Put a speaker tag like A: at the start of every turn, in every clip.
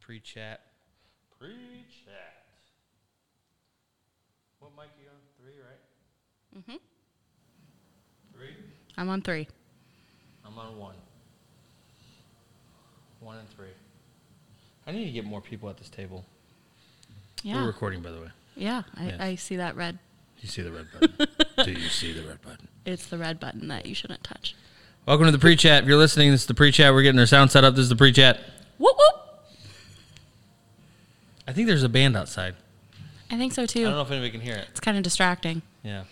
A: pre-chat.
B: Pre-chat. What mic are you on? Three, right?
C: Mhm.
B: Three?
C: I'm on three.
B: I'm on one. One and three. I need to get more people at this table.
A: We're
C: Yeah.
A: recording, by the way.
C: Yeah. I,
A: Yeah.
C: I see that red.
A: You see the red button. Do you see the red button?
C: It's the red button that you shouldn't touch.
A: Welcome to the pre-chat. If you're listening, this is the pre-chat. We're getting our sound set up. This is the pre-chat.
C: Whoop whoop.
A: I think there's a band outside.
C: I think so
B: I
C: too.
A: Oh.
B: don't know if anybody can hear it.
C: It's kind of distracting.
A: Yeah.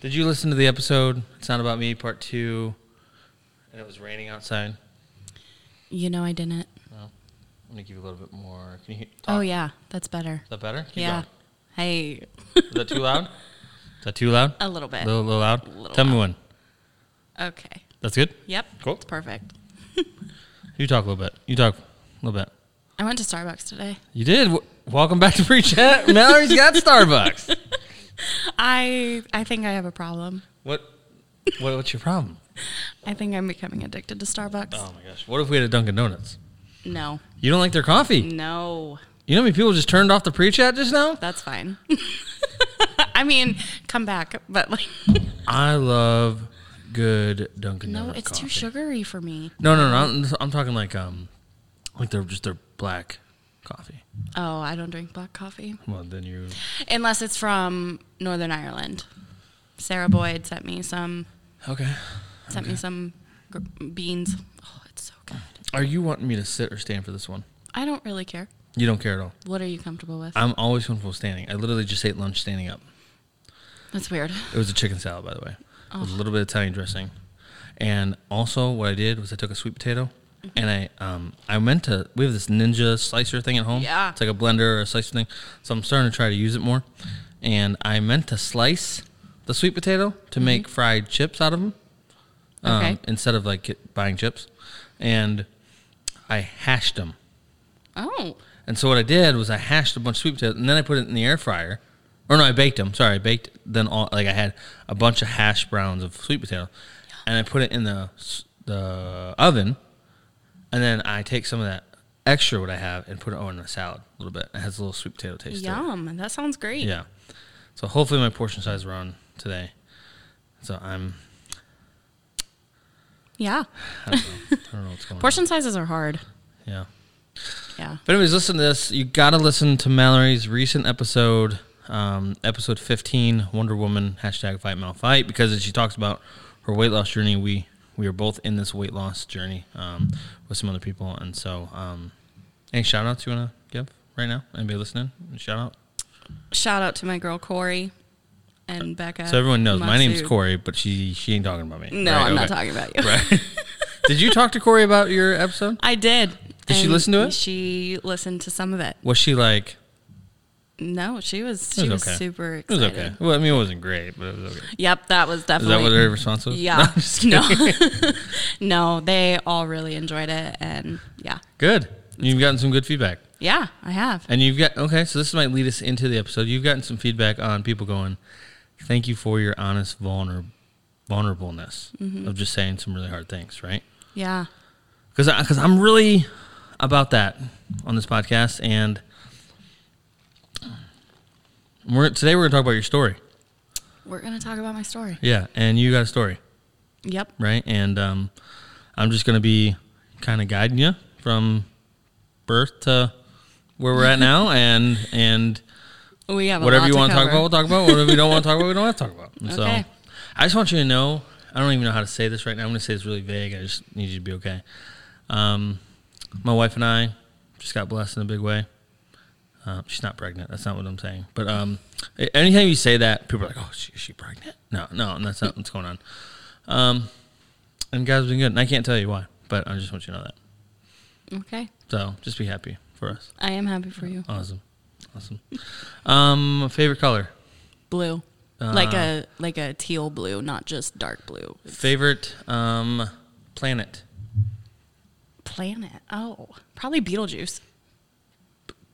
A: Did you listen to the episode? It's not about me, part two. And it was raining outside.
C: You know I didn't.
B: No. I'm gonna give you a little bit more. Can you hear?
C: Oh
B: talk?
C: yeah, that's better.
B: Is that better? Keep
C: yeah.
B: going.
C: Hey.
B: Is that too loud? Is that too loud?
C: A little
A: A
C: bit.
A: little, little loud?
C: Little
A: Tell me
C: loud.
A: when.
C: Okay.
A: That's good?
C: Yep.
A: Cool.
C: It's perfect.
A: You talk a little bit. You talk a little bit.
C: I went to Starbucks today.
A: You did. W- Welcome back to pre-chat. Mallory's got Starbucks.
C: I I think I have a problem.
A: What, what? What's your problem?
C: I think I'm becoming addicted to Starbucks.
A: Oh my gosh. What if we had a Dunkin' Donuts?
C: No.
A: You don't like their coffee.
C: No.
A: You know how many people just turned off the pre-chat just now?
C: That's fine. I mean, come back, but like
A: I love good Dunkin'
C: no,
A: Donuts.
C: it's too
A: coffee.
C: sugary for me.
A: No, no, no. I'm, I'm talking like um, like they're just their black coffee.
C: Oh, I don't drink black coffee.
A: Well, then you.
C: Unless it's from Northern Ireland. Sarah Boyd sent me some
A: Okay.
C: sent me some gr- beans. Oh, it's so good.
A: Are you wanting me to sit or stand for this one?
C: I don't really care.
A: You don't care at all.
C: What are you comfortable with?
A: I'm always comfortable standing. I literally just ate lunch standing up.
C: That's weird.
A: It was a chicken salad, by the way, with a little bit of Italian dressing. And also, what I did was I took a sweet potato and I um, I meant to. We have this ninja slicer thing at home.
C: Yeah.
A: it's like a blender or a slicer thing. So I'm starting to try to use it more. And I meant to slice the sweet potato to make fried chips out of them. Um,
C: Mm-hmm. Okay.
A: Instead of like get, buying chips, and I hashed them.
C: Oh,
A: And so what I did was I hashed a bunch of sweet potatoes, and then I put it in the air fryer. Or no, I baked them. Sorry, I baked. Then all like I had a bunch of hash browns of sweet potato, and I put it in the s- the oven, and then I take some of that extra what I have and put it on a salad a little bit. It has a little sweet potato taste. to it.
C: yum. That sounds great.
A: Yeah. So hopefully my portion size were on today. So I'm.
C: Yeah.
A: I don't know, I don't know what's going
C: Portion sizes are hard.
A: on. Yeah.
C: Yeah.
A: But anyways, listen to this. You gotta listen to Mallory's recent episode, um, episode fifteen, Wonder Woman hashtag Fight Mal Fight, because she talks about her weight loss journey. We we are both in this weight loss journey um, with some other people, and so um, any shout outs you wanna give right now? Anybody listening? Shout out.
C: Shout out to my girl Corey and Becca.
A: Uh, so everyone knows my name's
C: Matsu.
A: Corey, but she she ain't talking about me.
C: Uh, No,
A: Right,
C: I'm not
A: okay.
C: talking about you.
A: Right. Did you talk to Corey about your episode?
C: I did.
A: Did she
C: And
A: listen to it?
C: She listened to some of it.
A: Was she like?
C: No, she was
A: It
C: she
A: was,
C: was
A: okay.
C: super
A: It was
C: excited.
A: okay. Well, I mean, it wasn't great, but it was okay.
C: Yep, that was
A: Is
C: definitely.
A: that what her response was? No,
C: Yeah.
A: I'm just kidding.
C: No. no, they all really enjoyed it and yeah.
A: Good. You've gotten some good feedback.
C: Yeah, I have.
A: And you've got, okay, so this might lead us into the episode. You've gotten some feedback on people going, thank you for your honest vulner- vulnerableness of just saying some really hard things, right?
C: Yeah.
A: Because cause I'm really about that on this podcast. And we're, today we're going to talk about your story.
C: We're going to talk about my story.
A: Yeah. And you got a story.
C: Yep.
A: right? And um, I'm just going to be kind of guiding you from birth to where we're at now, and and
C: We have a
A: whatever
C: lot
A: you
C: to
A: want to talk
C: cover.
A: about, we'll talk about. Whatever we don't want to talk about, we don't want to talk about. And
C: Okay.
A: So I just want you to know. I don't even know how to say this right now. I'm going to say it's really vague. I just need you to be okay. Um, my wife and I just got blessed in a big way. Uh, she's not pregnant. That's not what I'm saying. But um, a- anytime you say that, people are like, "Oh, she, is she pregnant?" No, no, and that's not what's going on. Um, and God's been good, and I can't tell you why, but I just want you to know that.
C: Okay.
A: So just be happy for us.
C: I am happy for you.
A: Awesome, awesome. Um, favorite color?
C: Blue.
A: Uh,
C: like a like a teal blue, not just dark blue.
A: Favorite um, planet?
C: Planet. Oh, probably Beetlejuice.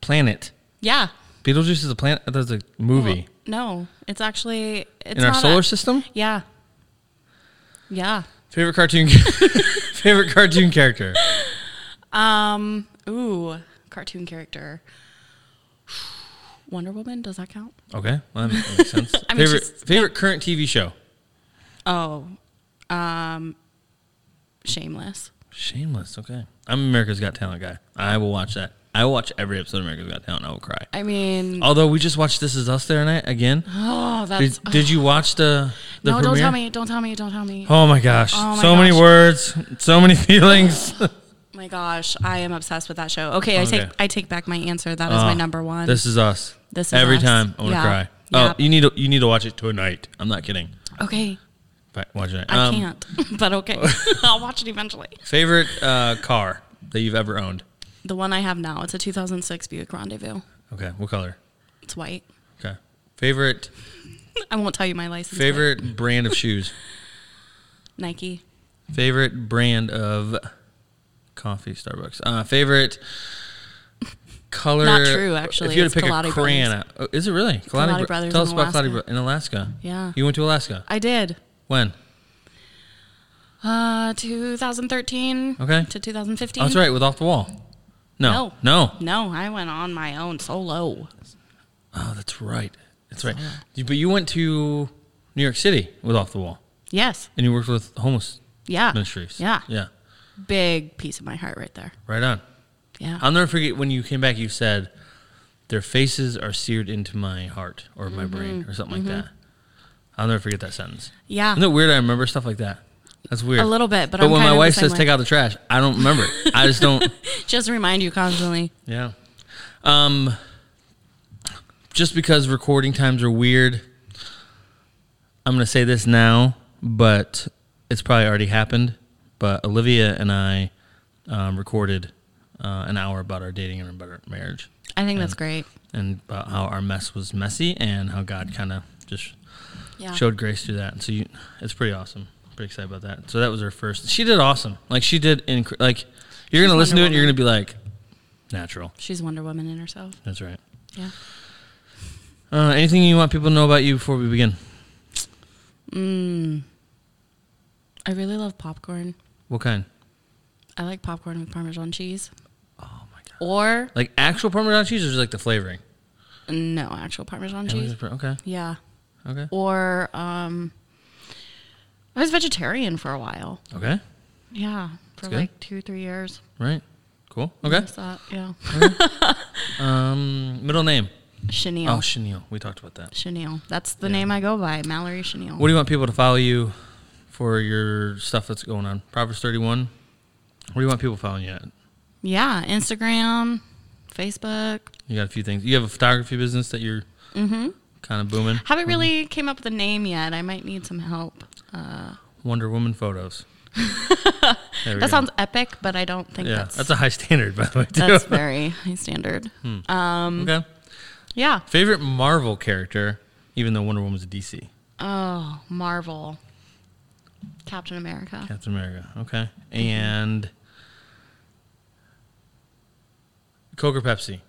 A: Planet.
C: Yeah.
A: Beetlejuice is a planet. That's a movie
C: No, it's actually it's
A: in our
C: not
A: solar
C: a-
A: system.
C: Yeah. Yeah.
A: Favorite cartoon. favorite cartoon character.
C: Um. Ooh. cartoon character. Wonder Woman, does that count?
A: Okay, well, that makes sense.
C: I mean,
A: favorite
C: she's-
A: favorite current TV show?
C: Oh, um, Shameless.
A: Shameless. Okay, I'm an America's Got Talent guy. I will watch that. I will watch every episode of America's Got Talent. I will cry.
C: I mean,
A: Although we just watched This Is Us there night again.
C: oh,
A: Oh. Did,
C: that's
A: did you watch the the
C: no. Don't
A: premiere?
C: tell me. Don't tell me. Don't tell me.
A: Oh my gosh!
C: Oh my
A: so many
C: gosh.
A: words, so many feelings.
C: Oh My gosh, I am obsessed with that show. Okay, I
A: Okay.
C: take I take back my answer. That is my
A: Uh,
C: number one.
A: This is us.
C: This is
A: every
C: us.
A: time I want to
C: Yeah.
A: cry.
C: Yeah.
A: Oh, you need to, you need to watch it tonight. I'm not kidding.
C: okay,
A: Fi- Watch it. Tonight.
C: I
A: Um,
C: can't, but okay, I'll watch it eventually.
A: Favorite uh, car that you've ever owned?
C: The one I have now, it's a 2006 Buick Rendezvous.
A: Okay, what color?
C: It's white.
A: Okay. Favorite
C: I won't tell you my license. plate.
A: favorite brand of shoes.
C: Nike.
A: Favorite brand of coffee. Starbucks. Uh, favorite color.
C: Not true, actually.
A: If you had
C: It's
A: to pick a
C: Kaladi
A: crayon, oh, is it really?
C: Kaladi
A: Bro-
C: Brothers
A: Tell
C: in
A: us about
C: Alaska.
A: Kaladi Bro- in Alaska.
C: Yeah.
A: You went to Alaska.
C: I did.
A: When? Oh,
C: Uh, 2013.
A: Okay.
C: To 2015.
A: Oh, that's right. With off the wall. No. No.
C: No, I went on my own solo.
A: Oh, that's right. That's right. You- But you went to New York City with Off the Wall,
C: Yes.
A: and you worked with homeless
C: Yeah.
A: ministries.
C: Yeah.
A: Yeah.
C: Big piece of my heart right there.
A: Right on.
C: Yeah.
A: I'll never forget when you came back. You said, "Their faces are seared into my heart or my
C: Mm-hmm.
A: brain or something like that." I'll never forget that sentence.
C: yeah.
A: Isn't it weird? I remember stuff like that. That's weird.
C: Ah. A little bit, but
A: But
C: I'm
A: when
C: kind
A: my
C: of the
A: wife
C: same
A: says
C: way.
A: "take out the trash," I don't remember. I just don't.
C: Just remind you constantly.
A: Yeah. Um, just because recording times are weird, I'm going to say this now, but it's probably already happened. But Olivia and I um, recorded uh, an hour about our dating and about our marriage
C: I think that's great.
A: and about how our mess was messy and how God kind of just
C: Yeah.
A: showed grace through that. And so you, it's pretty awesome. Pretty excited about that. So that was her first. She did awesome. Like she did. Inc- like you're going to
C: She's
A: listen to it. and
C: Wonder
A: You're going to be like, natural.
C: She's Wonder Woman in herself.
A: That's right.
C: Yeah.
A: Uh, anything you want people to know about you before we begin?
C: Mm. I really love popcorn.
A: What kind?
C: I like popcorn with Parmesan cheese.
A: Oh my god!
C: Or
A: Like actual Parmesan cheese, or just like the flavoring?
C: no, actual Parmesan cheese.
A: Okay,
C: Yeah.
A: okay,
C: Or um I was vegetarian for a while.
A: okay.
C: Yeah. For
A: That's good.
C: like two, three years.
A: Right. Cool. Okay.
C: Just that, yeah.
A: Um, middle name?
C: Chenille.
A: Oh, Chenille. We talked about that.
C: Chenille. That's the name I go by, Mallory Chenille.
A: What do you want people to follow you for your stuff that's going on? Proverbs thirty-one. What do you want people following you at?
C: yeah, Instagram, Facebook.
A: You got a few things. You have a photography business that you're
C: Mm-hmm.
A: kind of booming.
C: Haven't really came up with a name yet. I might need some help. Uh,
A: Wonder Woman photos. There we
C: that
A: go.
C: sounds epic, but I don't think
A: Yeah,
C: that's
A: that's, a high standard, by the way. Too.
C: that's very high standard. Um,
A: okay.
C: yeah.
A: Favorite Marvel character, even though Wonder Woman's a DC.
C: Oh, Marvel, Captain America.
A: Captain America. Okay. And Coke or Pepsi?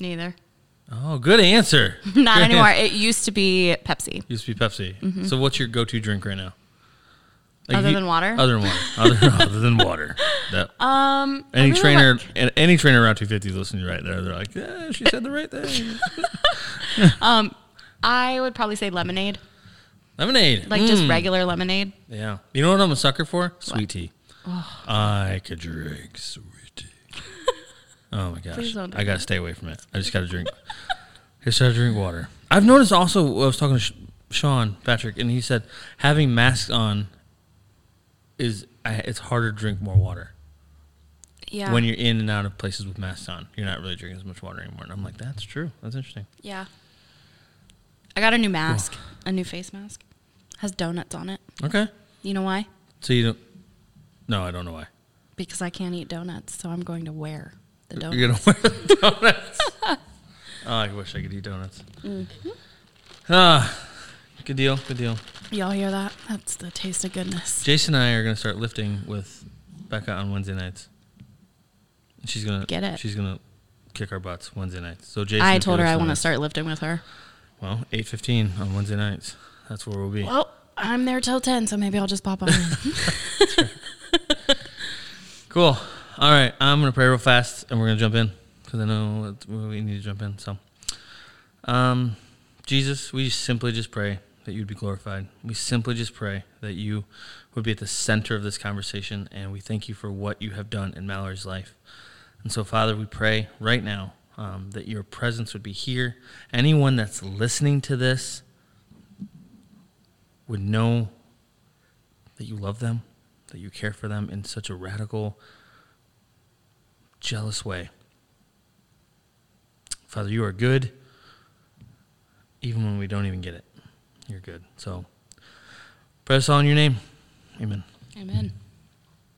C: Neither.
A: Oh, good answer.
C: Not anymore. It used to be Pepsi.
A: Used to be Pepsi. So what's your go to drink right now? Like,
C: Other
A: you-
C: than water?
A: Other than water. Other, other than water. That-
C: Um, I
A: any
C: really
A: trainer
C: like-
A: and any trainer around two fifty is listening right there. They're like, Yeah, she said the right thing.
C: I would probably say lemonade,
A: Lemonade.
C: like just regular lemonade.
A: Yeah. You know what I'm a sucker for? Sweet tea. I could drink sweet tea. oh my gosh.
C: Please don't do
A: I got to stay away from it. I just got to drink. just got to drink water. I've noticed also, I was talking to Sh- Sean Patrick, and he said having masks on is I, it's harder to drink more water.
C: Yeah.
A: When you're in and out of places with masks on, you're not really drinking as much water anymore. And I'm like, that's true. That's interesting.
C: yeah. I got a new mask, a new face mask. Has donuts on it.
A: Okay.
C: You know why?
A: So you don't. No, I don't know why.
C: Because I can't eat donuts, so I'm going to wear the donuts.
A: You're gonna wear the donuts. oh, I wish I could eat donuts.
C: Mm-hmm.
A: Ah, good deal, good deal.
C: Y'all hear that? That's the taste of goodness.
A: Jason and I are gonna start lifting with Becca on Wednesday nights. And She's gonna
C: Get it.
A: She's gonna kick our butts Wednesday nights. So Jason,
C: I
A: if
C: told her
A: you're
C: I want to
A: listening,
C: start lifting with her.
A: Well, eight fifteen on Wednesday nights. That's where we'll be.
C: Well, I'm there till 10, so maybe I'll just pop on.
A: Cool. All right, I'm gonna pray real fast, and we're gonna jump in because because I know that we need to jump in. So, um, Jesus, we simply just pray that you'd be glorified. We simply just pray that you would be at the center of this conversation, and we thank you for what you have done in Mallory's life. And so, Father, we pray right now um, that your presence would be here. Anyone that's listening to this would know that you love them, that you care for them in such a radical, jealous way. Father, you are good, even when we don't even get it. You're good. So, press on your name. Amen.
C: Amen.